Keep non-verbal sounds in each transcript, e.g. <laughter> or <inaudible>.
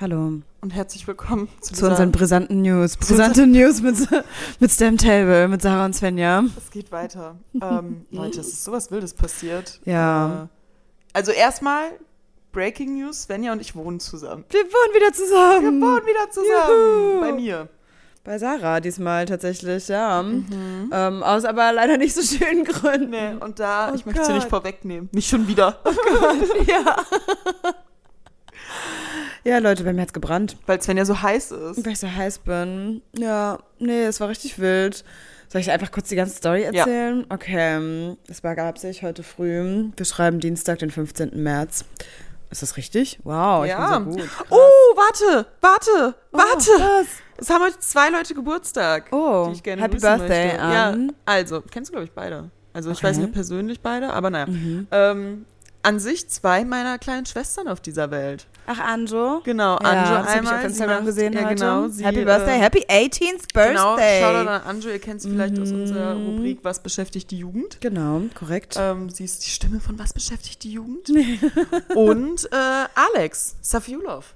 Hallo. Und herzlich willkommen Zu zu, dieser- unseren brisanten <laughs> News. Zu Brisante News mit, mit Stem Table, mit Sarah und Svenja. Es geht weiter. <laughs> ähm, Leute, es ist sowas Wildes passiert. Ja. Äh, also erstmal Breaking News, Svenja und ich wohnen zusammen. Wir wohnen wieder Wir zusammen. wohnen wieder zusammen. Juhu. Bei mir. Bei Sarah diesmal tatsächlich, ja. Mhm. Ähm, aus aber leider nicht so schönen Gründen. Nee, und da, Oh ich möchte sie nicht Gott. vorwegnehmen. Nicht schon wieder. <laughs> ja. ja, Leute, bei mir hat's gebrannt. Weil Svenja so heiß ist. Weil ich so heiß bin. Ja, nee, es war richtig wild. Soll ich einfach kurz die ganze Story erzählen? Okay, ähm, es begab sich heute früh. Wir schreiben Dienstag, den 15. März. Ist das richtig? Wow, Ja. ich bin so gut. Oh, warte, warte, warte. Was? Es haben heute zwei Leute Geburtstag, Oh, Oh, die ich gerne Happy grüßen Birthday möchte. an- Ja, also, kennst du, glaube ich, beide. Also, ich Okay. weiß nicht persönlich beide, aber naja. Ähm, an sich zwei meiner kleinen Schwestern auf dieser Welt. Ach, Anjo. Genau, Ja, Anjo das hab ich einmal. auf sie Instagram macht- gesehen ja, heute. genau, sie, Happy Birthday, äh, Happy 18th Genau, Shoutout Birthday. Mhm. an Anjo, ihr kennt sie vielleicht aus unserer Rubrik Was beschäftigt die Jugend? Genau, korrekt. Ähm, sie ist die Stimme von Was beschäftigt die Jugend? <laughs> Und äh, Alex Safiulov.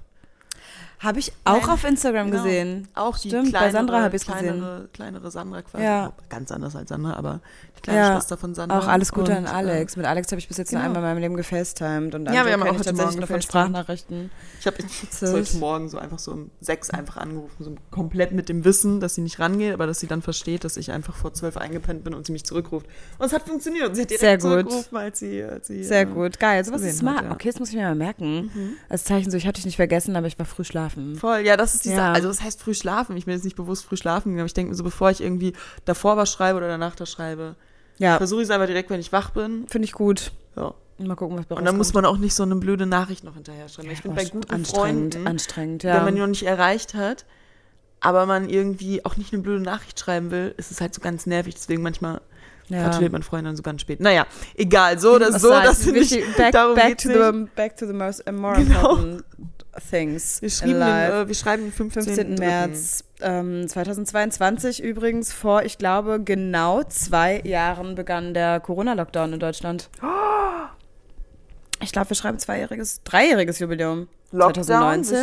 Habe ich auch Nein. auf Instagram Genau. gesehen. Auch die Stimmt, kleinere, bei Sandra habe ich es kleinere, gesehen. kleinere Sandra quasi. Ja. Ganz anders als Sandra, aber die kleine Ja, Schwester von Sandra. Auch alles Gute Und, an Alex. Mit Alex habe ich bis jetzt nur genau. einmal in meinem Leben gefacetimed. Und Ja, Anjo wir kenn haben auch ich heute tatsächlich Morgen nur von gefacetimed. Sprachnachrichten. Ich habe Süß. heute Morgen so einfach so um sechs einfach angerufen, so komplett mit dem Wissen, dass sie nicht rangeht, aber dass sie dann versteht, dass ich einfach vor zwölf eingepennt bin und sie mich zurückruft. Und es hat funktioniert. Und sie hat direkt Sehr gut. zurückgerufen, als sie, als sie Sehr äh, gut, geil. Sowas gesehen ist smart. hat, ja. Okay, das muss ich mir mal merken. Mhm. Als Zeichen so, ich habe dich nicht vergessen, aber ich war früh schlafen. Voll, ja, das ist die Ja. Sache. Also, das heißt früh schlafen. Ich bin jetzt nicht bewusst früh schlafen gegangen. aber Ich denke mir so, bevor ich irgendwie davor was schreibe oder danach das schreibe, Ja, Oh, versuche ich es einfach direkt, wenn ich wach bin. finde ich gut. Ja. Mal gucken, was bei Und dann muss rauskommt. man auch nicht so eine blöde Nachricht noch hinterher schreiben. Ich bin bei guten oh, anstrengend, Freunden, anstrengend, wenn ja. man die noch nicht erreicht hat, aber man irgendwie auch nicht eine blöde Nachricht schreiben will, ist es halt so ganz nervig. Deswegen manchmal Ja. gratuliert man Freunden dann so ganz spät. Naja, egal, so oder so, Aside, das sind nicht <laughs> wichtig- back, darum back, geht's to nicht. the, back to the most <laughs> Genau. important things Wir, in schrieben den, life. äh, wir schreiben den 15. 15. März ähm, 2022 übrigens vor, ich glaube, genau zwei Jahren begann der Corona-Lockdown in <gasps> Deutschland. Ich glaube, wir schreiben zweijähriges, dreijähriges Jubiläum. 2019.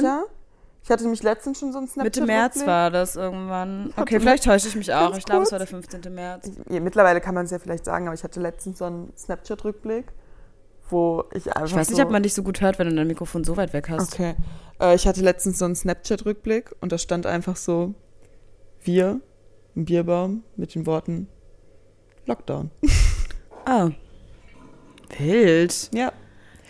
Ich hatte nämlich letztens schon so einen Snapchat. Mitte März war das irgendwann. Warte Okay, mal. vielleicht täusche ich mich auch. Ganz Ich glaube, es kurz. war der 15. März. Mittlerweile kann man es ja vielleicht sagen, aber ich hatte letztens so einen Snapchat-Rückblick, wo ich einfach Ich weiß nicht, so ob man dich so gut hört, wenn du dein Mikrofon so weit weg hast. Okay. Äh, ich hatte letztens so einen Snapchat-Rückblick und da stand einfach so: Wir im Bierbaum mit den Worten Lockdown. Ah. Wild. Ja.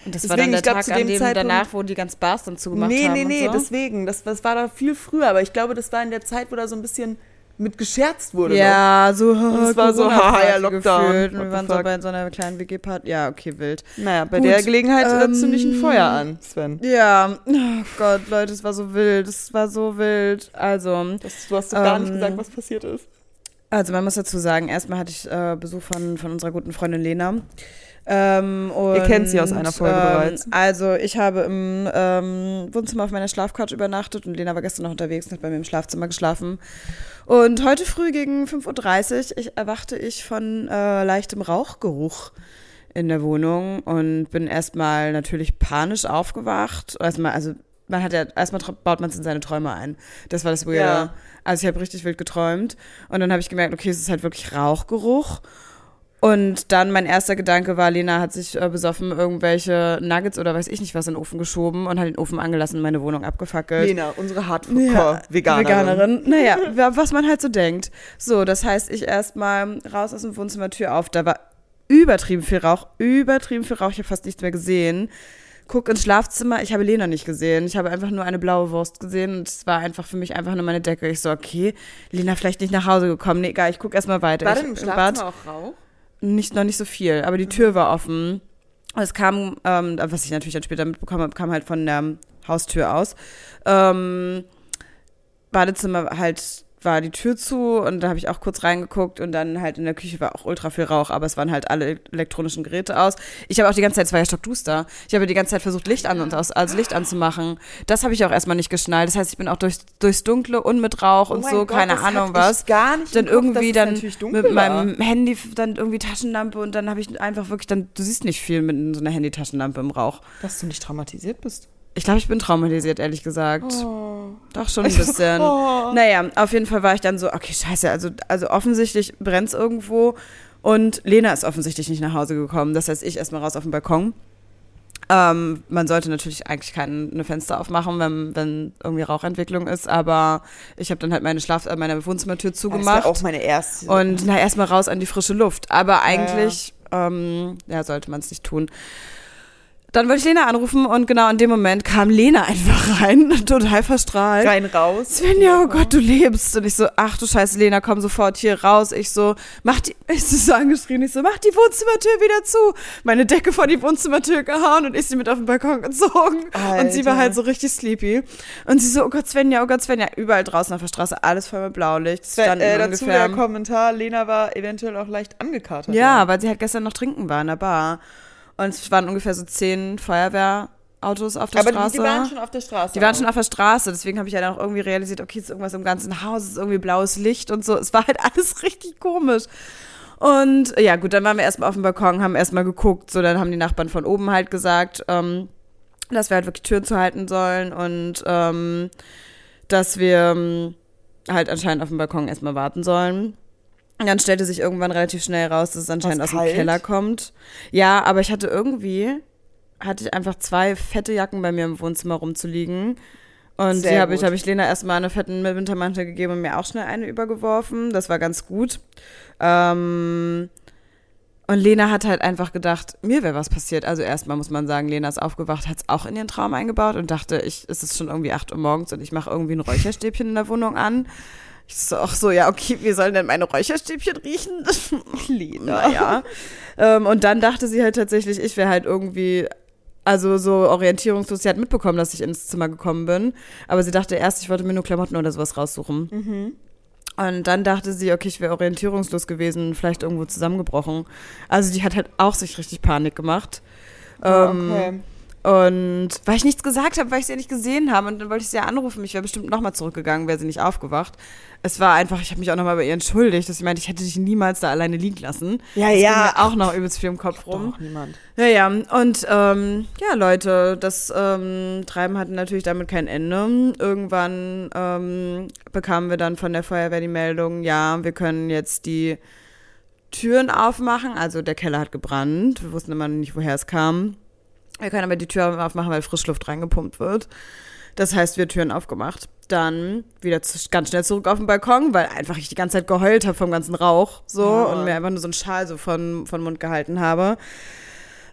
Und das Deswegen, war dann der ich glaub, Tag, zu an dem dem Zeitpunkt- danach, wo die ganz Bars dann zugemacht nee, haben. nee, und nee, so. deswegen. Das, das war da viel früher, aber ich glaube, das war in der Zeit, wo da so ein bisschen mit gescherzt wurde. noch. Ja, so Und es war so, Corona-Party haha, ja, Lockdown. gefühlt. Und What wir the waren so fuck? bei so einer kleinen WG-Party. Ja, okay, wild. Naja, bei Gut, der Gelegenheit ähm, ähm, zünde ich ein Feuer an, Sven. Ja, oh Gott, Leute, es war so wild. Es war so wild. Also, Das, du hast doch gar nicht Ähm, gesagt, was passiert ist. Also man muss dazu sagen, erstmal hatte ich äh, Besuch von, von unserer guten Freundin Lena. Ähm, und, kennt sie aus einer Folge ähm, bereits. Also ich habe im ähm, Wohnzimmer auf meiner Schlafcouch übernachtet und Lena war gestern noch unterwegs und hat bei mir im Schlafzimmer geschlafen. Und heute früh gegen 5.30 Uhr ich, erwachte ich von äh, leichtem Rauchgeruch in der Wohnung und bin erstmal natürlich panisch aufgewacht. Erstmal, also man hat ja, erstmal tra- baut man es in seine Träume ein. Das war das Weirde. Ja. Also ich habe richtig wild geträumt und dann habe ich gemerkt, okay, es ist halt wirklich Rauchgeruch. Und dann mein erster Gedanke war, Lena hat sich äh, besoffen irgendwelche Nuggets oder weiß ich nicht was in den Ofen geschoben und hat den Ofen angelassen und meine Wohnung abgefackelt. Lena, unsere Äh, Ja, Hardcore-Veganerin. Veganerin. Naja, wa- was man halt so denkt. So, das heißt, ich erstmal raus aus dem Wohnzimmer, Tür auf. Da war übertrieben viel Rauch, übertrieben viel Rauch. Ich habe fast nichts mehr gesehen. Guck ins Schlafzimmer, ich habe Lena nicht gesehen. Ich habe einfach nur eine blaue Wurst gesehen und es war einfach für mich einfach nur meine Decke. Ich so, okay, Lena vielleicht nicht nach Hause gekommen. Nee, egal, ich guck erstmal weiter. War ich, denn im Oh im Bad- Schlafzimmer auch Rauch? nicht, noch nicht so viel, aber die Tür war offen. Und es kam, ähm, was ich natürlich dann später mitbekommen habe, kam halt von der Haustür aus. Ähm, Badezimmer halt war die Tür zu und da habe ich auch kurz reingeguckt und dann halt in der Küche war auch ultra viel Rauch, aber es waren halt alle elektronischen Geräte aus. Ich habe auch die ganze Zeit, es war ja stockduster, ich habe die ganze Zeit versucht, Licht an und aus, also Licht anzumachen. Das habe ich auch erstmal nicht geschnallt. Das heißt, ich bin auch durch, durchs Dunkle und mit Rauch Oh und so, keine Ahnung was Gar nicht dann irgendwie dann mit meinem meinem Handy f- dann irgendwie Taschenlampe und dann habe ich einfach wirklich dann du siehst nicht viel mit so einer Handytaschenlampe im Rauch. Dass du nicht traumatisiert bist. Ich glaube, ich bin traumatisiert, ehrlich gesagt. Oh. Doch schon ein bisschen. <laughs> Oh. Naja, auf jeden Fall war ich dann so, okay, scheiße, also, also offensichtlich brennt es irgendwo. Und Lena ist offensichtlich nicht nach Hause gekommen. Das heißt, ich erstmal raus auf den Balkon. Ähm, man sollte natürlich eigentlich keine Fenster aufmachen, wenn, wenn irgendwie Rauchentwicklung ist, aber ich habe dann halt meine Schlaf äh, meine Wohnzimmertür zugemacht Das war auch meine erste. und na erstmal raus an die frische Luft. Aber eigentlich Ähm, ja, sollte man es nicht tun. Dann wollte ich Lena anrufen und genau in dem Moment kam Lena einfach rein, <laughs> total verstrahlt. rein raus. Svenja, oh Gott, du lebst. Und ich so, ach du Scheiße, Lena, komm sofort hier raus. Ich so, mach die, <laughs> ich so, so angeschrien, ich so, mach die Wohnzimmertür wieder zu. Meine Decke vor die Wohnzimmertür gehauen und ich sie mit auf den Balkon gezogen. Und sie war Alter. halt so richtig sleepy. Und sie so, oh Gott, Svenja, oh Gott, Svenja. Überall draußen auf der Straße, alles voll mit Blaulicht. Standen Äh, dazu ungefähr. der Kommentar, Lena war eventuell auch leicht angekatert. ne? ja, weil sie halt gestern noch trinken war in der Bar. Und es waren ungefähr so zehn Feuerwehrautos auf der aber die, Straße. die waren schon auf der Straße. Die waren schon auf der Straße, deswegen habe ich ja dann auch irgendwie realisiert, okay, es ist irgendwas im ganzen Haus, es ist irgendwie blaues Licht und so. Es war halt <laughs> alles richtig komisch. Und äh, ja, gut, dann waren wir erstmal auf dem Balkon, haben erstmal geguckt, so dann haben die Nachbarn von oben halt gesagt, ähm, dass wir halt wirklich Türen zu halten sollen und ähm, dass wir ähm, halt anscheinend auf dem Balkon erstmal warten sollen. Und dann stellte sich irgendwann relativ schnell raus, dass es anscheinend aus dem kalt? Keller kommt. Ja, aber ich hatte irgendwie, hatte ich einfach zwei fette Jacken bei mir im Wohnzimmer rumzuliegen. Und Sehr die habe ich, gut. habe ich Lena erstmal eine fetten Wintermantel gegeben und mir auch schnell eine übergeworfen. Das war ganz gut. Ähm, und Lena hat halt einfach gedacht, mir wäre was passiert. Also erstmal muss man sagen, Lena ist aufgewacht, hat es auch in ihren Traum eingebaut und dachte, ich, es ist schon irgendwie 8 Uhr morgens und ich mache irgendwie ein Räucherstäbchen in der Wohnung an. Ich so, auch so, ja, okay, wie sollen denn meine Räucherstäbchen riechen? Lena. Naja. ähm, und dann dachte sie halt tatsächlich, ich wäre halt irgendwie, also so orientierungslos. Sie hat mitbekommen, dass ich ins Zimmer gekommen bin. Aber sie dachte erst, ich wollte mir nur Klamotten oder sowas raussuchen. Und dann dachte sie, okay, ich wäre orientierungslos gewesen, vielleicht irgendwo zusammengebrochen. Also die hat halt auch sich richtig Panik gemacht. Ähm, okay. Und weil ich nichts gesagt habe, weil ich sie ja nicht gesehen habe und dann wollte ich sie ja anrufen, ich wäre bestimmt nochmal zurückgegangen, wäre sie nicht aufgewacht. Es war einfach, ich habe mich auch nochmal bei ihr entschuldigt, dass ich meinte, ich hätte dich niemals da alleine liegen lassen. Ja, das ja. Ging mir auch noch übelst viel im Kopf rum. Doch, niemand. Ja, ja, und ähm, ja, Leute, das ähm, Treiben hatte natürlich damit kein Ende. Irgendwann ähm, bekamen wir dann von der Feuerwehr die Meldung, ja, wir können jetzt die Türen aufmachen. Also der Keller hat gebrannt, wir wussten immer noch nicht, woher es kam. Wir können aber die Türen aufmachen, weil Frischluft reingepumpt wird. Das heißt, wir Türen aufgemacht. Dann wieder zu, ganz schnell zurück auf den Balkon, weil einfach ich die ganze Zeit geheult habe vom ganzen Rauch so Ja. und mir einfach nur so einen Schal so von, von Mund gehalten habe.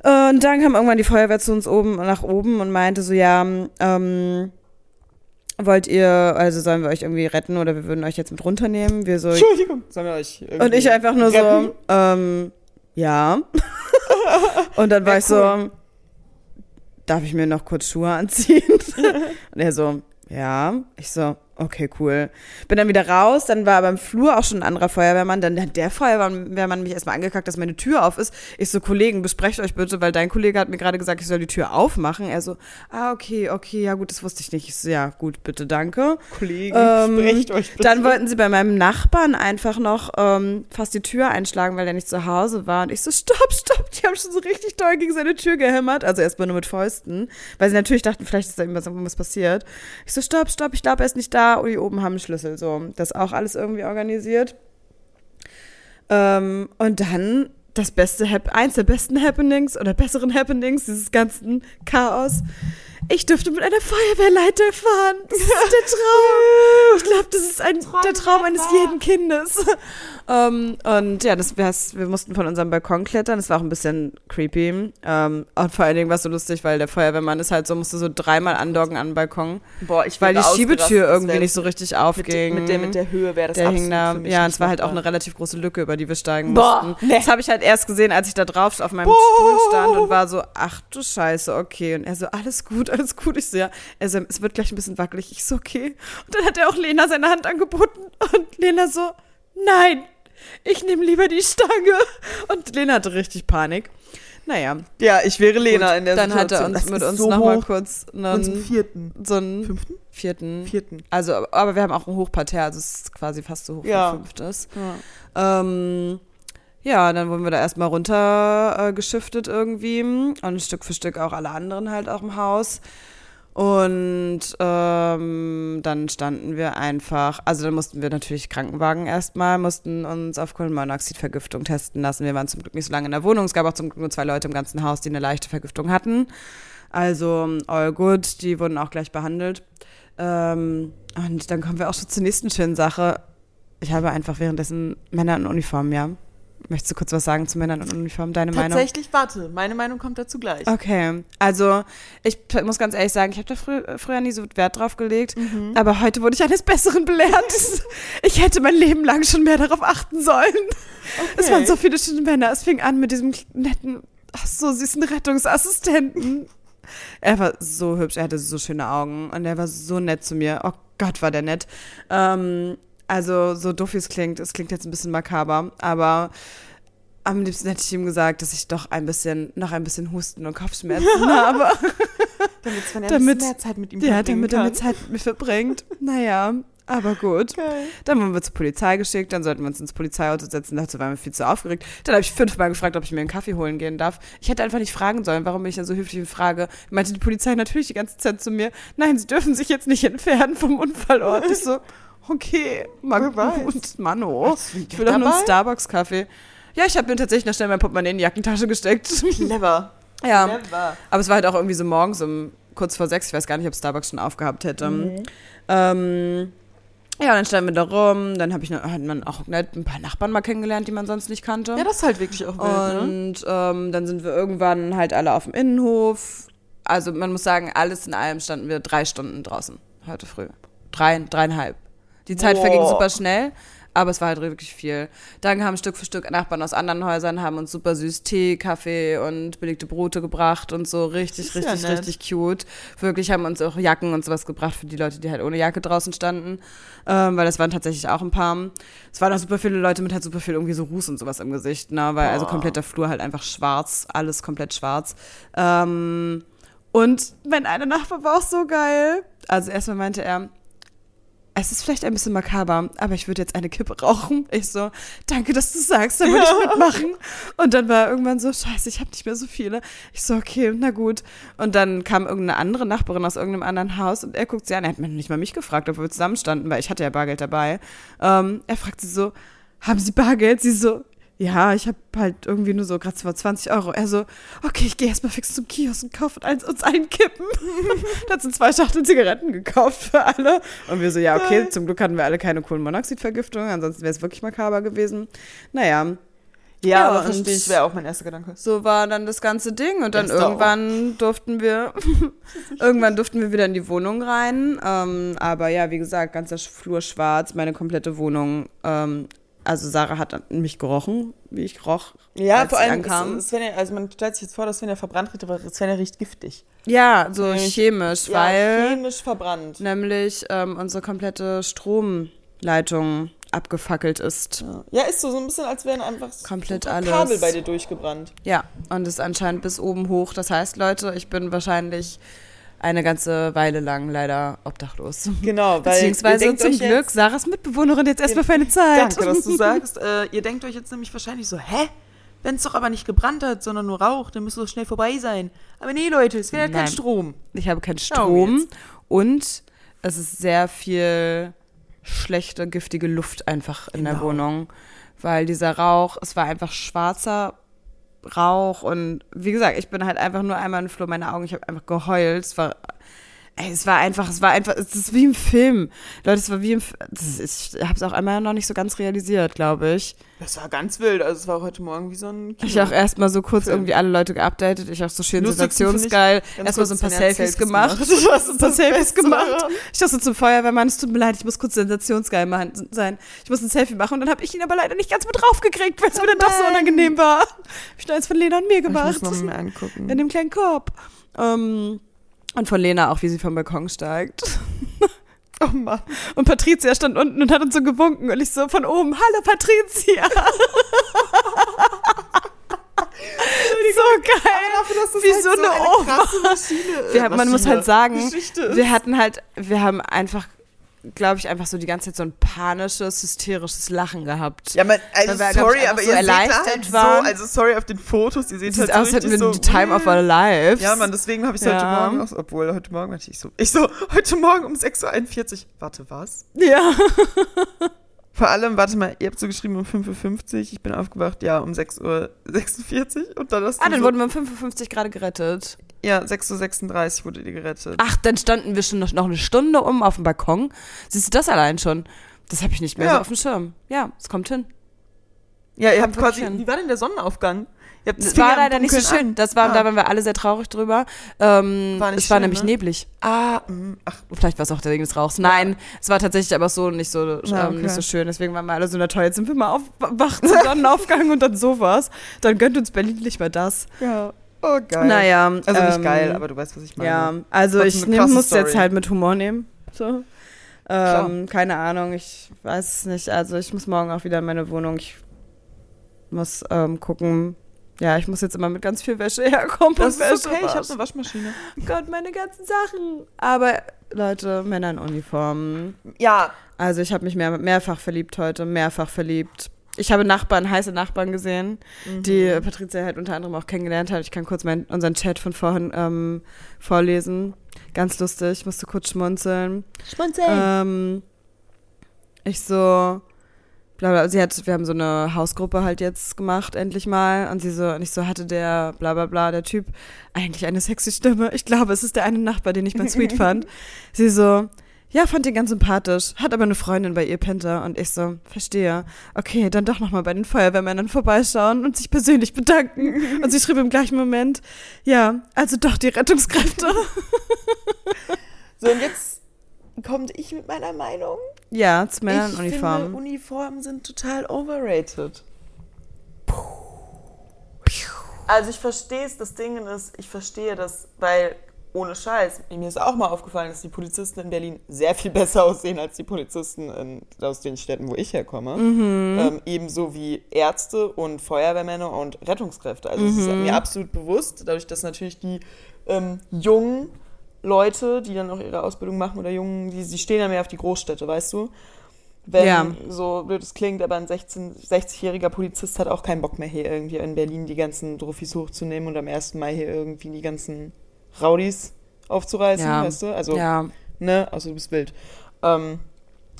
Und dann kam irgendwann die Feuerwehr zu uns oben nach oben und meinte so, ja, ähm, wollt ihr, also sollen wir euch irgendwie retten oder wir würden euch jetzt mit runternehmen? Wir so, Entschuldigung, sollen wir euch irgendwie und ich einfach nur retten? so, ähm, <laughs> ja. und dann war Ja, ich so, darf ich mir noch kurz Schuhe anziehen? <laughs> und er so, ja. Ich so, okay, cool. Bin dann wieder raus, dann war aber im Flur auch schon ein anderer Feuerwehrmann. Dann hat der Feuerwehrmann mich erstmal angekackt, dass meine Tür auf ist. Ich so, Kollegen, besprecht euch bitte, weil dein Kollege hat mir gerade gesagt, ich soll die Tür aufmachen. Er so, ah, okay, okay, ja gut, das wusste ich nicht. Ich so, ja gut, bitte, danke. Kollegen, Ähm, sprecht euch bitte. Dann wollten sie bei meinem Nachbarn einfach noch ähm, fast die Tür einschlagen, weil er nicht zu Hause war. Und ich so, stopp, stopp, die haben schon so richtig doll gegen seine Tür gehämmert. Also erstmal nur mit Fäusten, weil sie natürlich dachten, vielleicht ist da irgendwas, irgendwas passiert. Ich so, stopp, stopp, ich glaube, er ist nicht da. Und die oben haben einen Schlüssel. So, das auch alles irgendwie organisiert. Ähm, und dann das beste, Hap- eins der besten Happenings oder besseren Happenings dieses ganzen Chaos. Ich dürfte mit einer Feuerwehrleiter fahren. Das ist <laughs> der Traum. Ich glaube, das ist ein, der Traum eines jeden Kindes. <laughs> Ähm, und ja, das, wär's- wir mussten von unserem Balkon klettern. Das war auch ein bisschen creepy. Ähm, und vor allen Dingen war es so lustig, weil der Feuerwehrmann ist halt so, musste so dreimal andoggen an den Balkon, Boah, ich weil wäre die Schiebetür ausgerastet, das irgendwie wär- nicht so richtig mit, aufging. mit, der, mit der Höhe wäre das Der absolut hing da, für mich ja, und nicht es war halt auch machbar. eine relativ große Lücke, über die wir steigen Boah, mussten. nee. Das habe ich halt erst gesehen, als ich da drauf auf meinem Boah. Stuhl stand und war so, ach du Scheiße, okay. Und er so, alles gut, alles gut. Ich so, ja, er so, es wird gleich ein bisschen wackelig. Ich so, okay. Und dann hat er auch Lena seine Hand angeboten und Lena so, nein, ich nehme lieber die Stange. Und Lena hatte richtig Panik. Naja, Ja, ich wäre Lena gut, in der dann hat Situation. er uns Das mit ist uns so nochmal hoch. kurz ähm, Uns im einen, vierten, so einen fünften, vierten. vierten. Also, aber wir haben auch ein Hochparterre, also es ist quasi fast so hoch Ja. wie ein fünftes. Ähm, ja, dann wurden wir da erstmal runter äh, geschiftet irgendwie und Stück für Stück auch alle anderen halt auch im Haus. Und ähm, dann standen wir einfach, also dann mussten wir natürlich Krankenwagen erstmal, mussten uns auf Kohlenmonoxidvergiftung testen lassen. Wir waren zum Glück nicht so lange in der Wohnung. Es gab auch zum Glück nur zwei Leute im ganzen Haus, die eine leichte Vergiftung hatten. Also all good, die wurden auch gleich behandelt. Ähm, und dann kommen wir auch schon zur nächsten schönen Sache. Ich habe einfach währenddessen Männer in Uniform, ja. Möchtest du kurz was sagen zu Männern in Uniform? Deine Meinung? Ah, Tatsächlich, warte, meine Meinung kommt dazu gleich. Okay, also ich p- muss ganz ehrlich sagen, ich habe da frü äh, früher nie so Wert drauf gelegt, aber heute wurde ich eines Besseren belehrt. Ich hätte mein Leben lang schon mehr darauf achten sollen. Es waren so viele schöne Männer. Es fing an mit diesem netten, ach so süßen Rettungsassistenten. Er war so hübsch, er hatte so schöne Augen und er war so nett zu mir. Oh Gott, war der nett. Ähm, also, so doof wie es klingt, es klingt jetzt ein bisschen makaber, aber am liebsten hätte ich ihm gesagt, dass ich doch ein bisschen, noch ein bisschen Husten und Kopfschmerzen habe. damit Sven Damit- mehr Zeit mit ihm Ja, verbringen damit er mir Zeit mit mir verbringt. Naja, aber gut. Geil. Dann wurden wir zur Polizei geschickt, dann sollten wir uns ins Polizeiauto setzen. Dazu waren wir viel zu aufgeregt. Dann habe ich fünfmal gefragt, ob ich mir einen Kaffee holen gehen darf. Ich hätte einfach nicht fragen sollen, warum bin ich denn so höflich in Frage. Meinte die Polizei natürlich die ganze Zeit zu mir, nein, sie dürfen sich jetzt nicht entfernen vom Unfallort. Ich so, okay, Mann, Wer weiß. und Mano, Hast du oh. ich will doch nur einen dabei? Starbucks-Kaffee. Ja, ich habe mir tatsächlich noch schnell mein Portemonnaie in die Jackentasche gesteckt. Clever. ja. Clever. Aber es war halt auch irgendwie so morgens um kurz vor sechs. Ich weiß gar nicht, ob Starbucks schon aufgehabt hätte. Ähm, ja, dann standen wir da rum. Dann hab ich, noch- hat man auch nett ein paar Nachbarn mal kennengelernt, die man sonst nicht kannte. Ja, das ist halt wirklich auch wild, ne? Und ähm, dann sind wir irgendwann halt alle auf dem Innenhof. Also man muss sagen, alles in allem standen wir drei Stunden draußen heute früh. Drei, dreieinhalb. Die Zeit Boah. verging super schnell, aber es war halt wirklich viel. Dann kamen Stück für Stück Nachbarn aus anderen Häusern, haben uns super süß Tee, Kaffee und belegte Brote gebracht und so richtig, Das ist ja richtig, nett. richtig cute. Wirklich haben uns auch Jacken und sowas gebracht für die Leute, die halt ohne Jacke draußen standen, ähm, weil das waren tatsächlich auch ein paar. Es waren auch super viele Leute mit halt super viel irgendwie so Ruß und sowas im Gesicht, ne? weil also Boah. kompletter Flur halt einfach schwarz, alles komplett schwarz. Ähm, und mein einer Nachbar war auch so geil. Also erstmal meinte er, es ist vielleicht ein bisschen makaber, aber ich würde jetzt eine Kippe rauchen. Ich so, danke, dass du sagst, dann würde <laughs> ich mitmachen. <laughs> Und dann war er irgendwann so, scheiße, ich habe nicht mehr so viele. Ich so, okay, na gut. Und dann kam irgendeine andere Nachbarin aus irgendeinem anderen Haus und er guckt sie an. Er hat mir nicht mal mich gefragt, ob wir zusammen standen, weil ich hatte ja Bargeld dabei. Ähm, er fragt sie so, haben Sie Bargeld? Sie so, ja, ich habe halt irgendwie nur so gerade 20 Euro. Er so, okay, ich gehe erstmal fix zum Kiosk und kaufe uns, uns einen <laughs> Kippen. da hat sie zwei Schachteln Zigaretten gekauft für alle. Und wir so, ja, okay, zum Glück hatten wir alle keine Kohlenmonoxidvergiftung, ansonsten wäre es wirklich makaber gewesen. Naja, Ja, Ja, aber und- verstehe ich, wäre auch mein erster Gedanke. so war dann das ganze Ding und dann Das ist doch irgendwann durften <laughs> wir irgendwann durften wir wieder in die Wohnung rein. Ähm, aber ja, wie gesagt, ganzer Sch- Flur schwarz, meine komplette Wohnung. Ähm, also Sarah hat an mich gerochen, wie ich roch. Ja, als vor sie allem, ankam. ist, Svenja, also man stellt sich jetzt vor, dass Svenja verbrannt riecht, aber Svenja riecht giftig. ja, so Nämlich- chemisch, weil ja, chemisch verbrannt. nämlich ähm, unsere komplette Stromleitung abgefackelt ist. Ja, ist so, so ein bisschen, als wären einfach so Komplett ein alles. paar Kabel bei dir durchgebrannt. Ja, und ist anscheinend bis oben hoch. Das heißt, Leute, ich bin wahrscheinlich eine ganze Weile lang leider obdachlos. Genau, weil ihr Beziehungsweise denkt zum euch Glück halt. Sarahs Mitbewohnerin jetzt erstmal für eine Zeit. Jetzt, danke, dass du sagst. Äh, ihr denkt euch jetzt nämlich wahrscheinlich so, hä? Wenn es doch aber nicht gebrannt hat, sondern nur Rauch, dann müsste es doch schnell vorbei sein. Aber nee, Leute, es wäre halt kein Nein. Strom. <laughs> Ich habe keinen Schau Strom jetzt. und es ist sehr viel schlechte, giftige Luft einfach in der Genau. Wohnung, weil dieser Rauch, es war einfach schwarzer Rauch und wie gesagt, ich bin halt einfach nur einmal in den Flur, meine Augen, ich habe einfach geheult. Es war, ey, es war einfach, es war einfach, es ist wie im Film. Leute, es war wie im, F- das ist, ich habe es auch einmal noch nicht so ganz realisiert, glaube ich. Das war ganz wild. Also es war heute Morgen wie so ein Kino. Ich auch erstmal so kurz Film. irgendwie alle Leute geupdatet. Ich auch so schön Lustigsten finde ich, sensationsgeil. ganz Erstmal kurz, so ein paar Svenja hat Selfies, gemacht. <laughs> gemacht. Das ist <laughs> ein paar das Selfies Beste gemacht. daran. Ich dachte so zum Feuerwehrmann, es tut mir leid, ich muss kurz sensationsgeil machen, sein. Ich muss ein Selfie machen und dann habe ich ihn aber leider nicht ganz mit draufgekriegt, weil es mir dann doch so Mann. unangenehm war. Hab Ich habe eins von Lena und mir gemacht. Oh Ich muss noch mal angucken. In dem kleinen Korb. Ähm, und von Lena auch, wie sie vom Balkon steigt. oh Mann. Und Patricia stand unten und hat uns so gewunken und ich so von oben, hallo Patricia. <laughs> so geil. Dafür, dass das Wie halt so eine eine krasse Maschine Wir, haben- man muss Maschine. halt sagen, Geschichte ist. wir hatten halt, wir haben einfach glaube ich, einfach so die ganze Zeit so ein panisches, hysterisches Lachen gehabt. Ja, man, also Weil wir, glaub sorry, ich, einfach aber so ihr seht da erleichtert halt so, waren. also sorry auf den Fotos, ihr seht Sieht halt aus, so als hätten richtig wir so, die Time of our lives. Ja, Mann, deswegen habe ich heute Ja. Morgen, auch, so- obwohl heute Morgen hatte ich so, ich so, heute Morgen um 6.41 Uhr, warte, was? <laughs> Ja. Vor allem, warte mal, ihr habt so geschrieben um 5.50 Uhr, ich bin aufgewacht, ja, um 6.46 Uhr und dann hast du Ah, dann so, wurden wir um 55 gerade gerettet. ja, 6.36 Uhr wurde ihr gerettet. Ach, dann standen wir schon noch, noch eine Stunde um auf dem Balkon. Siehst du das allein schon? Das habe ich nicht mehr Ja. so auf dem Schirm. Ja, es kommt hin. ja, ihr habt wirklich quasi, hin. wie war denn der Sonnenaufgang? Ihr habt Das Finger war am leider nicht so Dunkeln schön. Das war, Ah. Da waren wir alle sehr traurig drüber. Ähm, War nicht es war schön, nämlich ne? neblig. Ah, mh, ach, Vielleicht war es auch wegen des Rauchs. Nein, es war tatsächlich aber so nicht so, ähm, Ja, okay. nicht so schön. Deswegen waren wir alle so, na toll, jetzt sind wir mal auf, wach <laughs> zum Sonnenaufgang und dann sowas. Dann gönnt uns Berlin nicht mal das. ja, oh geil. Naja. Also nicht ähm, geil, aber du weißt, was ich meine. Ja, also Trotzdem ich eine nehm, krasse muss jetzt Story. halt mit Humor nehmen. So. Ähm, keine Ahnung, ich weiß es nicht. Also ich muss morgen auch wieder in meine Wohnung. Ich muss ähm, gucken. Ja, ich muss jetzt immer mit ganz viel Wäsche <laughs> herkommen. Das und ist Wäsche okay, ich habe waschen. eine Waschmaschine. Gott, meine ganzen Sachen. Aber Leute, Männer in Uniformen. Ja, Also ich habe mich mehr, mehrfach verliebt heute, mehrfach verliebt. Ich habe Nachbarn, heiße Nachbarn gesehen, die Patricia halt unter anderem auch kennengelernt hat. Ich kann kurz meinen, unseren Chat von vorhin ähm, vorlesen. Ganz lustig, ich musste kurz schmunzeln. Schmunzeln. Ähm, ich so, bla bla, sie hat, wir haben so eine Hausgruppe halt jetzt gemacht, endlich mal. Und sie so, und ich so, hatte der bla bla bla, der Typ, eigentlich eine sexy Stimme. Ich glaube, es ist der eine Nachbar, den ich mal <laughs> sweet fand. Sie so, ja, fand den ganz sympathisch, hat aber eine Freundin bei ihr Penta und ich so, verstehe. Okay, dann doch nochmal bei den Feuerwehrmännern vorbeischauen und sich persönlich bedanken. Und sie schrieb im gleichen Moment, ja, also doch die Rettungskräfte. So, und jetzt kommt ich mit meiner Meinung. <laughs> Ja, zu Ich Männern in Uniform. finde, Uniformen sind total overrated. Also ich verstehe es, das Ding ist, ich verstehe das, weil ohne Scheiß, mir ist auch mal aufgefallen, dass die Polizisten in Berlin sehr viel besser aussehen als die Polizisten in, aus den Städten, wo ich herkomme. Ähm, ebenso wie Ärzte und Feuerwehrmänner und Rettungskräfte. Also es ist mir absolut bewusst, dadurch, dass natürlich die ähm, jungen Leute, die dann auch ihre Ausbildung machen oder jungen, die, die stehen ja mehr auf die Großstädte, weißt du? Wenn, Ja. so blöd es klingt, aber ein 16, 60-jähriger Polizist hat auch keinen Bock mehr, hier irgendwie in Berlin die ganzen Trophys hochzunehmen und am 1. Mai hier irgendwie die ganzen Rowdies aufzureißen, Ja. weißt du? Also, Ja, ne, also du bist wild. Ähm,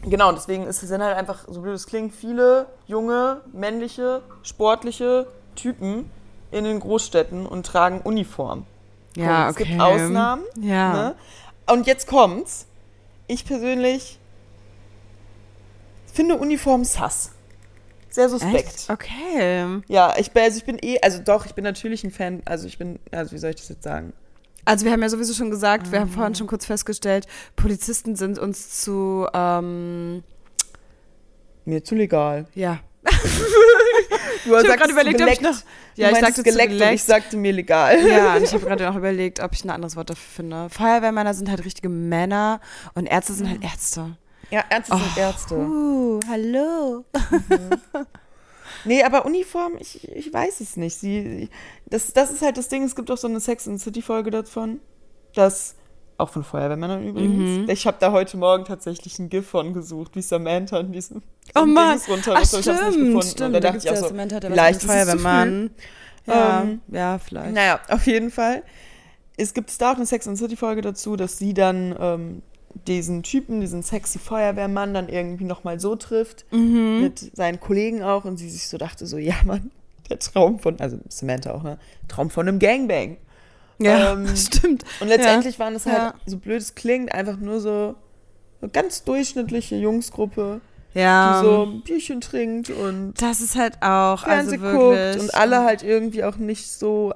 genau, deswegen ist, sind halt einfach, so blöd es klingt, viele junge, männliche, sportliche Typen in den Großstädten und tragen Uniform. ja, es okay. gibt Ausnahmen, Ja. Ne? Und jetzt kommt's. Ich persönlich finde Uniform sass. Sehr suspekt. Echt? Ah. Okay. Ja, ich bin, also ich bin eh, also doch, ich bin natürlich ein Fan, also ich bin, also wie soll ich das jetzt sagen? Also wir haben ja sowieso schon gesagt, wir haben Ah. vorhin schon kurz festgestellt, Polizisten sind uns zu, ähm, Mir zu legal. ja. Du hab sagst gerade überlegt, ob ich geleckt. noch- Ja, ich du meinst sagte zu geleckt, und ich geleckt. sagte <laughs> mir legal. <laughs> Ja, und ich habe gerade auch überlegt, ob ich ein anderes Wort dafür finde. Feuerwehrmänner sind halt richtige Männer und Ärzte sind halt Ärzte. Ja, Ärzte sind Ärzte. Uh, hallo. Nee, aber Uniform, ich, ich weiß es nicht. Sie, das, das ist halt das Ding, es gibt auch so eine Sex and the City-Folge davon, dass, auch von Feuerwehrmännern Mhm. übrigens, ich habe da heute Morgen tatsächlich ein GIF von gesucht, wie Samantha in diesem so Oh ein Mann. Dings runter, Ach, ist, aber ich hab's nicht stimmt, gefunden. Und stimmt. da Da dachte gibt's ich auch ja so, Samantha, der war vielleicht so ist ein es zu Feuerwehrmann. Ja, Ähm, ja, vielleicht. Naja, auf jeden Fall. Es gibt da auch eine Sex and the City-Folge dazu, dass sie dann ähm, diesen Typen, diesen sexy Feuerwehrmann dann irgendwie nochmal so trifft, Mhm. mit seinen Kollegen auch, und sie sich so dachte, so, ja, Mann, der Traum von, also Samantha auch, ne? Traum von einem Gangbang. <laughs> ja, ähm, stimmt. Und letztendlich waren es halt, Ja. so blöd es klingt, einfach nur so eine ganz durchschnittliche Jungsgruppe, die ja. so ein Bierchen trinkt und Das ist halt auch, Fernseh also wirklich. guckt und alle halt irgendwie auch nicht so,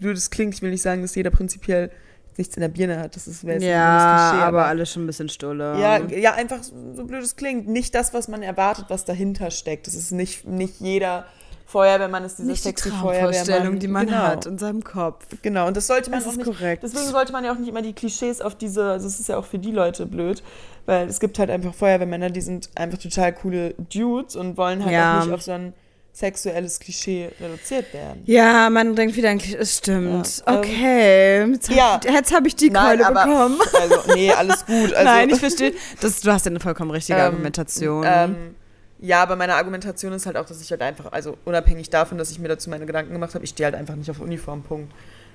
blöd es klingt, ich will nicht sagen, dass jeder prinzipiell nichts in der Birne hat, das ist wäre jetzt ein blödes ja, Klischee, aber alle schon ein bisschen stulle. ja, ja, einfach so so blöd es klingt, nicht das, was man erwartet, was dahinter steckt. Das ist nicht, nicht jeder Feuerwehrmann ist dieser nicht die sexy Traumvorstellung, Feuerwehrmann. die man genau. hat in seinem Kopf. Genau, und das sollte man Das auch ist nicht. korrekt. Deswegen sollte man ja auch nicht immer die Klischees auf diese, also es ist ja auch für die Leute blöd, weil es gibt halt einfach Feuerwehrmänner, die sind einfach total coole Dudes und wollen halt Ja. auch nicht auf so einen sexuelles Klischee reduziert werden. Ja, man denkt wieder, es stimmt. Ja, ähm, okay, jetzt habe ja. jetzt hab ich die Keule bekommen. <laughs> Also, nee, alles gut. Also, <laughs> Nein, ich verstehe. Das, du hast ja eine vollkommen richtige Ähm, Argumentation. Ähm, ja, aber meine Argumentation ist halt auch, dass ich halt einfach, also unabhängig davon, dass ich mir dazu meine Gedanken gemacht habe, ich stehe halt einfach nicht auf Uniform, Punkt.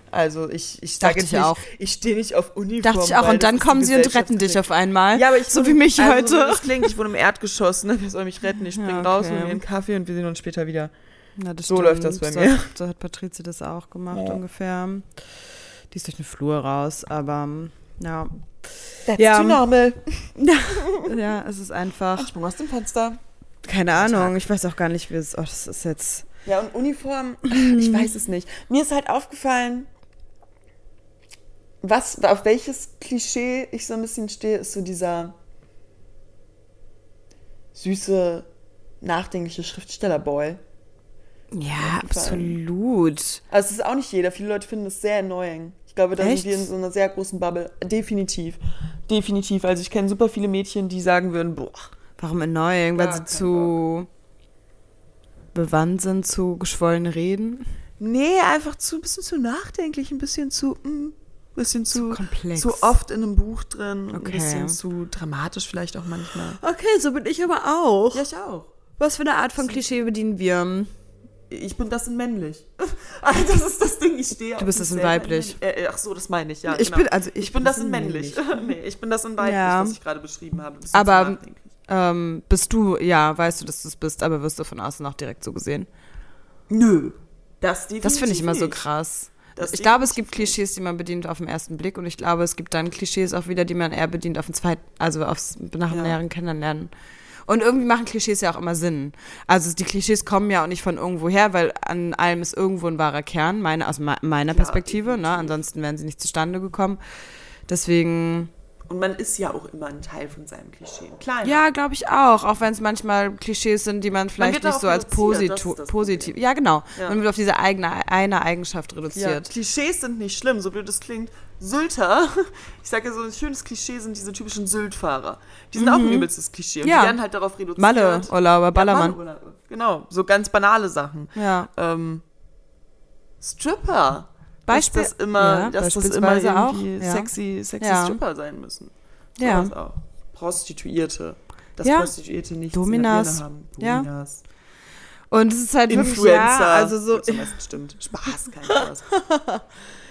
Also ich, ich sage Dachte jetzt ich nicht, auch. ich stehe nicht auf Uniform. Dachte ich auch. weil Und dann das ist kommen die sie und retten dich Gesellschaft- auf einmal. Ja, aber ich so wurde- wie mich also, So heute. wie das klingt, ich wurde im Erdgeschoss, ne? Wer soll mich retten? Ich spring Ja, raus okay. und mir einen Kaffee und wir sehen uns später wieder. Na, das So läuft das bei so mir. Hat, so hat Patrizia das auch gemacht Ja. ungefähr. Die ist durch eine Flur raus, aber ähm, ja. That's Ja. too normal. Ja, es ist einfach. Ich spring aus dem Fenster. Keine Ahnung. Ich weiß auch gar nicht, wie es. Oh, das ist jetzt. Ja, und Uniform, ich weiß es nicht. Mir ist halt aufgefallen, was, auf welches Klischee ich so ein bisschen stehe, ist so dieser süße, nachdenkliche Schriftsteller-Boy. Ja, jeden Fall. absolut. Also es ist auch nicht jeder. Viele Leute finden das sehr annoying. Ich glaube, da Echt? sind wir in so einer sehr großen Bubble. Definitiv. Definitiv. Also ich kenne super viele Mädchen, die sagen würden, boah, Warum annoying? Weil Gar sie keinen zu bewandt sind zu geschwollenen Reden? nee, einfach zu, ein bisschen zu nachdenklich, ein bisschen zu, mm, bisschen zu, komplex. zu oft in einem Buch drin, Okay. ein bisschen zu dramatisch vielleicht auch manchmal. Okay, so bin ich aber auch. Ja, ich auch. Was für eine Art von Klischee bedienen wir? Ich bin das in männlich. <laughs> Also das ist das Ding, ich stehe auf bist mich das in selber weiblich. männlich. Äh, äh, ach so, das meine ich, ja. Ich genau. bin- also ich bin das in männlich. <laughs> nee, ich bin das in weiblich, Ja. was ich gerade beschrieben habe. Bisschen zu Aber- nachdenklich. Ähm, bist du, ja, weißt du, dass du es bist, aber wirst du von außen auch direkt so gesehen. Nö. Das, definitiv Das finde ich immer so nicht. krass. Das ich glaube, es gibt definitiv Klischees, die man bedient auf den ersten Blick und ich glaube, es gibt dann Klischees auch wieder, die man eher bedient auf den zweiten, also aufs, nach dem Ja. näheren Kennenlernen. Und irgendwie machen Klischees ja auch immer Sinn. Also die Klischees kommen ja auch nicht von irgendwo her, weil an allem ist irgendwo ein wahrer Kern, meine, aus me- meiner Klar, Perspektive. Ne? definitiv. Ansonsten wären sie nicht zustande gekommen. Deswegen, Und man ist ja auch immer ein Teil von seinem Klischee. Kleiner. ja, glaube ich auch. Auch wenn es manchmal Klischees sind, die man vielleicht wird da nicht auch so als reduziert, das positu- ist das positiv. Ja, genau. Ja. Man wird auf diese eigene, eine Eigenschaft reduziert. Klischees sind nicht schlimm, so blöd es klingt. Sylter, <laughs> ich sage ja so ein schönes Klischee sind diese typischen Sylt-Fahrer. Die sind auch ein übelstes Klischee. Und Mhm. Ja. die werden halt darauf reduziert. Malle, Urlauber, Ballermann. Ja, Malle, oder- genau, so ganz banale Sachen. Ja. Ähm, Stripper. Beispiel- dass das immer, ja, dass das immer beispielsweise auch, irgendwie ja. sexy, sexy Ja. Stripper sein müssen. Ja. Sowas auch. Prostituierte. Dass Ja. Prostituierte nicht Dominas. haben. Ja. Dominas. Und es ist halt wirklich, Influencer. ja, also so, Zum Beispiel, stimmt. Spaß, kein Spaß.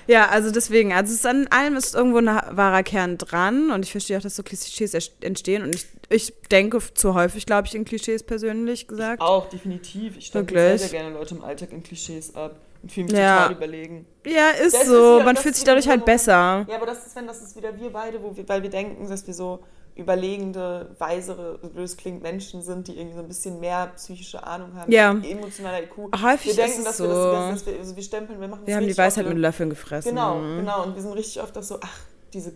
ja, also deswegen, also es ist an allem ist irgendwo ein wahrer Kern dran und ich verstehe auch, dass so Klischees erst- entstehen und ich, ich denke zu häufig, glaube ich, in Klischees persönlich gesagt. <laughs> Auch, definitiv. Ich stelle sehr, Wirklich? sehr gerne Leute im Alltag in Klischees ab und fühle mich Ja. total überlegen. Ja, ist Das ist so, wieder- man das fühlt ist sich dadurch wieder halt so- besser. Ja, aber das ist, wenn das ist wieder wir beide, wo wir, weil wir denken, dass wir so überlegende, weisere, so blöd es klingt, Menschen sind, die irgendwie so ein bisschen mehr psychische Ahnung haben, Ja. emotionaler IQ. Häufig wir ist denken, es dass so. wir das, dass, dass wir, also wir stempeln, wir machen das Wir haben die richtig ne? oft, Weisheit wir- mit Löffeln gefressen. Genau, genau. Und wir sind richtig oft auch so, ach, diese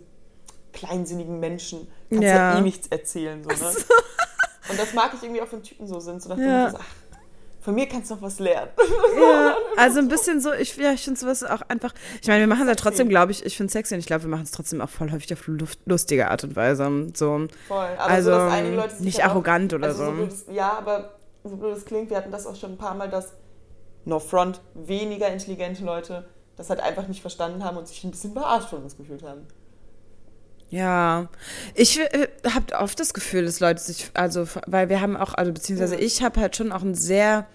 kleinsinnigen Menschen, kannst Ja. ja, eh nichts erzählen. So, ne? Und das mag ich irgendwie auch von Typen so sind. So nach dem Ja. Motto so, ach, von mir kannst du noch was lernen. <laughs> Ja, also ein bisschen so, ich, ja, ich finde sowas auch einfach, ich meine, wir machen es ja trotzdem, glaube ich, ich finde es sexy und ich glaube, wir machen es trotzdem auch voll häufig auf luft- lustige Art und Weise. So, Voll. Aber also so, dass einige Leute sich nicht dann auch- arrogant oder also so. so blöd es- ja, aber so blöd es klingt, wir hatten das auch schon ein paar Mal, dass No Front weniger intelligente Leute das halt einfach nicht verstanden haben und sich ein bisschen verarscht von uns gefühlt haben. Ja, ich äh, habe oft das Gefühl, dass Leute sich, also, weil wir haben auch, also, beziehungsweise Ja. ich habe halt schon auch einen sehr,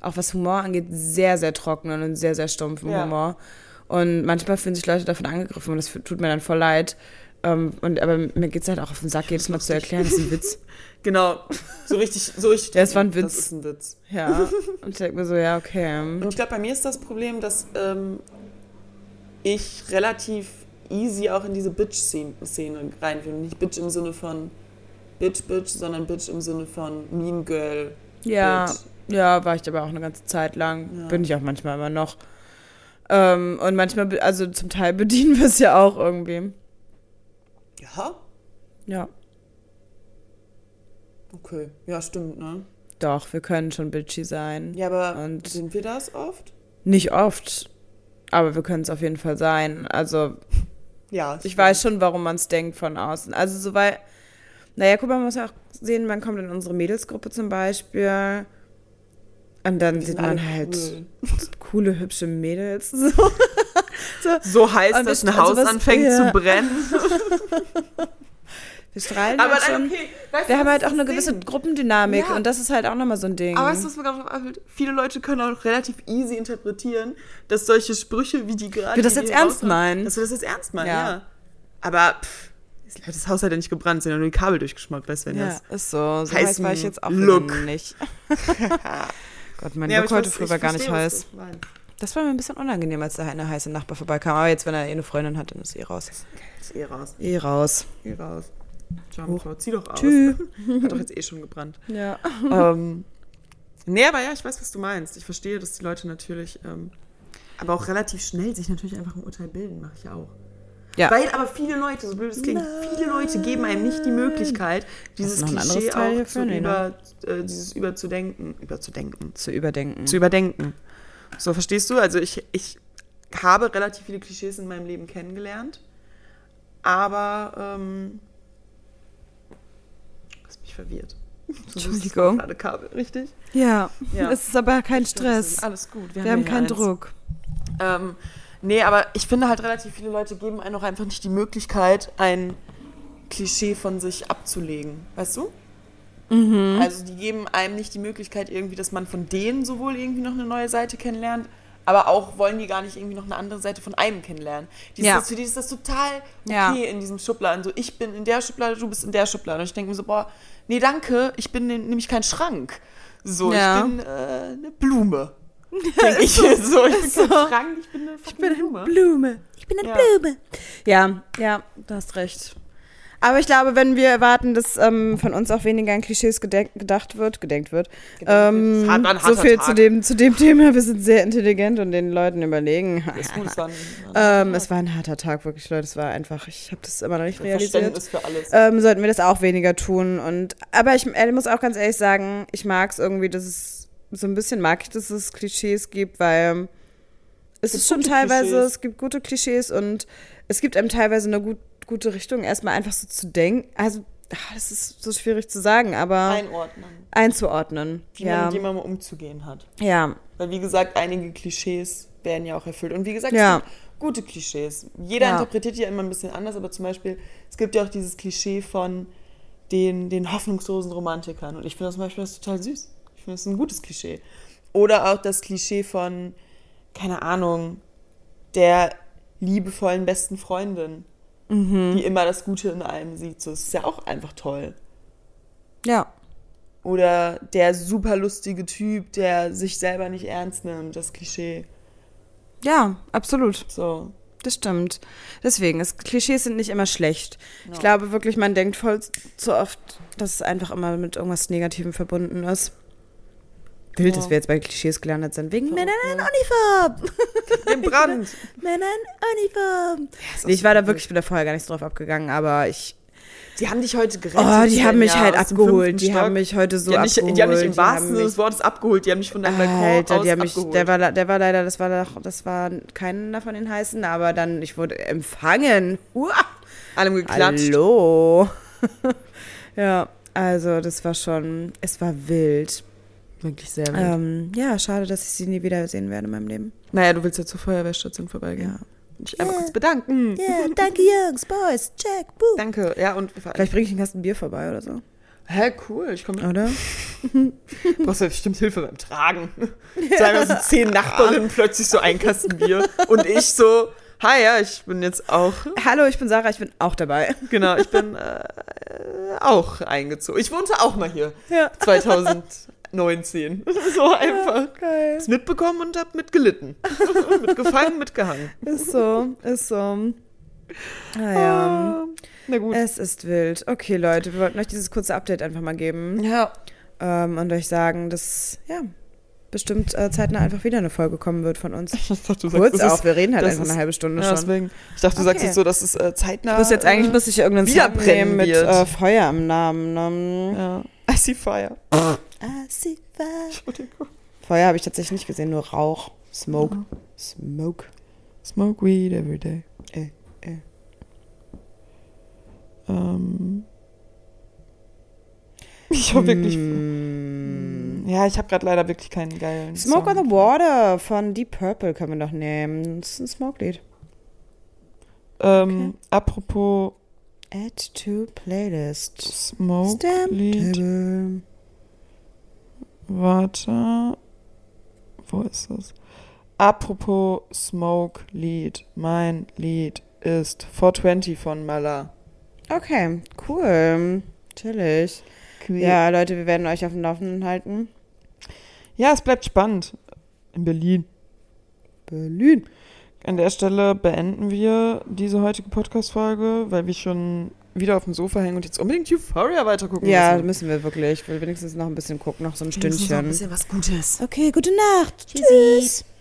auch was Humor angeht, sehr, sehr trockenen und sehr, sehr stumpfen Ja. Humor. Und manchmal fühlen sich Leute davon angegriffen und das f- tut mir dann voll leid. Ähm, und, aber mir geht's halt auch auf den Sack, jedes Mal zu erklären, das ist ein <laughs> Witz. Genau. So richtig, so richtig. Ja, es war ein Das Witz. ist ein Witz. Ja. Und ich denke mir so, ja, okay. Und ich glaube, bei mir ist das Problem, dass ähm, ich relativ easy auch in diese Bitch-Szene reinfühle. Nicht Bitch im Sinne von Bitch-Bitch, sondern Bitch im Sinne von Mean Girl. Ja, Bitch. ja, war ich aber auch eine ganze Zeit lang. Ja. Bin ich auch manchmal immer noch. Ähm, und manchmal, be- also zum Teil <laughs> bedienen wir es ja auch irgendwie. Ja, Ja. okay. Ja, stimmt, ne? Doch, wir können schon bitchy sein. Ja, aber Und- sind wir das oft? Nicht oft, aber wir können es auf jeden Fall sein. Also, Ja. ich weiß schon, warum man es denkt von außen. Also, soweit. Naja, guck mal, man muss ja auch sehen, man kommt in unsere Mädelsgruppe zum Beispiel. Und dann Die sieht sind man alle halt cool. coole, hübsche Mädels. <laughs> So. So heiß, Und dass das- ein also Haus was- anfängt ja. zu brennen. Wir strahlen Aber halt dann, schon. okay. Weißt, Wir du, haben was halt ist auch eine das gewisse Ding? Gruppendynamik Ja. und das ist halt auch nochmal so ein Ding. Aber weißt du, was mir gerade noch einfällt? Viele Leute können auch relativ easy interpretieren, dass solche Sprüche wie die gerade. Wir das die jetzt hier ernst raushauen, meinen. Dass wir das jetzt ernst meinen, Hm? Ja. ja. Aber pff, das Haus hat ja nicht gebrannt, sondern nur die Kabel durchgeschmackt, weißt du, wenn ja, das. ist so. So heiß heißen war ich jetzt auch Look. wieder <laughs> nicht. Gott, mein Ja, aber Look ich heute weiß- früh ich war gar nicht verstehe, was heiß. du meinst. Das war mir ein bisschen unangenehm, als der eine heiße Nachbar vorbeikam. Aber jetzt, wenn er eh eine Freundin hat, dann ist eh raus. Ist eh raus. Eh raus. Geh raus. Jean-Claude, zieh doch aus. Tschüss. <laughs> Hat doch jetzt eh <laughs> schon gebrannt. Ja. ähm, nee, aber ja, ich weiß, was du meinst. Ich verstehe, dass die Leute natürlich, ähm, aber auch relativ schnell sich natürlich einfach ein Urteil bilden, mache ich ja auch. Ja. Weil aber viele Leute, so blöd es klingt, viele Leute geben einem nicht die Möglichkeit, dieses noch ein anderes Klischee Teil auch hierfür? zu Nee, ne? über, äh, dieses überzudenken, überzudenken, Zu überdenken. zu überdenken. So, verstehst du? Also ich, ich habe relativ viele Klischees in meinem Leben kennengelernt, aber ähm, das mich verwirrt. Du suchst Entschuldigung. Gerade Kabel, richtig? ja. Ja. Es ist aber kein Stress. Alles gut. Wir haben ja keinen eins. Druck. Ähm, nee, aber ich finde halt relativ viele Leute geben einem auch einfach nicht die Möglichkeit, ein Klischee von sich abzulegen. Weißt du? Mhm. Also die geben einem nicht die Möglichkeit irgendwie, dass man von denen sowohl irgendwie noch eine neue Seite kennenlernt, aber auch wollen die gar nicht irgendwie noch eine andere Seite von einem kennenlernen. Die ist Ja. das, für die ist das total okay Ja. in diesem Schubladen. So, ich bin in der Schublade, du bist in der Schublade. Und ich denke mir so, boah, nee, danke, ich bin ne- nämlich kein Schrank. So, Ja. ich bin äh, eine <laughs> Blume. Denke ich so, ich bin so. kein Schrank, ich bin eine fucking Blume. Blume. Ich bin eine Ja. Blume. Ja, ja, du hast recht. Aber ich glaube, wenn wir erwarten, dass ähm, von uns auch weniger an Klischees gedenk- gedacht wird, gedenkt wird, ähm, wird. Hat- war ein so harter viel Tag. zu dem, zu dem <laughs> Thema. Wir sind sehr intelligent und den Leuten überlegen. Ist gut, dann äh, ähm, es war ein harter Tag, wirklich, Leute. Es war einfach, ich habe das immer noch nicht realisiert. Verständnis für alles. ähm, sollten wir das auch weniger tun. Und aber ich äh, muss auch ganz ehrlich sagen, ich mag es irgendwie, dass es so ein bisschen mag ich, dass es Klischees gibt, weil es gibt ist schon gute teilweise, Klischees. es gibt gute Klischees und es gibt einem teilweise eine gut, gute Richtung, erstmal einfach so zu denken. Also ah, das ist so schwierig zu sagen, aber Einordnen, einzuordnen. wie ja, man mit jemandem umzugehen hat. ja, Weil wie gesagt, einige Klischees werden ja auch erfüllt. Und wie gesagt, Ja. es gibt gute Klischees. Jeder Ja. interpretiert die ja immer ein bisschen anders, aber zum Beispiel, es gibt ja auch dieses Klischee von den, den hoffnungslosen Romantikern. Und ich finde das zum Beispiel das total süß. Ich finde das ein gutes Klischee. Oder auch das Klischee von, keine Ahnung, der liebevollen besten Freundin, Mhm. die immer das Gute in allem sieht. So, das ist ja auch einfach toll. ja, Oder der super lustige Typ, der sich selber nicht ernst nimmt, das Klischee. ja, absolut. So, Das stimmt. Deswegen, es, Klischees sind nicht immer schlecht. Ich glaube wirklich, man denkt voll zu oft, dass es einfach immer mit irgendwas Negativem verbunden ist. Wild, dass wir jetzt bei Klischees gelandet sind. Wegen Männern in Uniform. <laughs> Im Brand. Männern in Uniform. Nee, ich war da wirklich, ich bin da vorher gar nicht so drauf abgegangen, aber ich. Die haben dich heute gerettet. Oh, die haben mich Svenja, halt aus dem abgeholt. fünften Die haben Stock. mich heute so die haben, abgeholt. Nicht, die haben mich im Die wahrsten haben Sinne des mich- Wortes abgeholt. Die haben mich von deinem Balkon Alter, aus die haben mich, abgeholt. der war, le- der war leider, das war doch, das war keiner von den heißen, aber dann, ich wurde empfangen. Uah. allem geklatscht. Hallo. <laughs> ja, also das war schon, es war wild. Wirklich sehr Ähm, ja, schade, dass ich sie nie wieder sehen werde in meinem Leben. Naja, du willst ja zur Feuerwehrstation vorbeigehen. Und dich einmal Ja. kurz bedanken. Yeah, danke Jungs, Boys, check, boo. Danke. Ja, und vor allem- Vielleicht bringe ich einen Kasten Bier vorbei oder so, Hä, cool. Ich komme. oder? Du brauchst ja bestimmt Hilfe beim <laughs> Tragen. Sagen wir so zehn Nachbarinnen plötzlich so ein Kasten Bier. Und ich so, hi, ja, ich bin jetzt auch Hallo, ich bin Sarah, ich bin auch dabei. Genau, ich bin äh, auch eingezogen. Ich wohnte auch mal hier. <laughs> Ja. 2019. <laughs> So einfach. Geil. Hab's mitbekommen und <laughs> hab mitgelitten. Mitgefangen, mitgehangen. Ist so, ist so. Naja, Ah, Na gut. es ist wild. Okay, Leute, wir wollten euch dieses kurze Update einfach mal geben. Ja. ähm, und euch sagen, dass ja bestimmt äh, zeitnah einfach wieder eine Folge kommen wird von uns. Ich dachte, du Kurz das auch, wir reden halt das einfach ist- eine halbe Stunde ja, schon. deswegen. Ich dachte, du sagst Okay. jetzt so, dass es äh, zeitnah. Ich muss jetzt eigentlich muss ich irgendeinen wieder Song nehmen brennen mit wird. äh, Feuer im Namen. Ähm, Ja. I see fire. I see fire. Feuer habe ich tatsächlich nicht gesehen, nur Rauch, Smoke, Smoke. Smoke weed every day. Eh, Äh, äh. Ähm. <laughs> Ich war wirklich. Mm, Ja, ich habe gerade leider wirklich keinen geilen. Smoke Song. on the Water von Deep Purple können wir doch nehmen. Das ist ein Smoke-Lied. Ähm, Apropos Add to Playlist. Smoke-Lied. Table. Warte. Wo ist es? Apropos Smoke-Lied. Mein Lied ist 420 von Mala. Okay, cool. Chillig. Ja, Leute, wir werden euch auf dem Laufenden halten. ja, es bleibt spannend. In Berlin. Berlin. An der Stelle beenden wir diese heutige Podcast-Folge, weil wir schon wieder auf dem Sofa hängen und jetzt unbedingt Euphoria weitergucken Ja, müssen. müssen wir wirklich. Ich will wenigstens noch ein bisschen gucken, noch so ein Wenigstens noch Stündchen. was Gutes. Okay, gute Nacht. Tschüssi. Tschüss.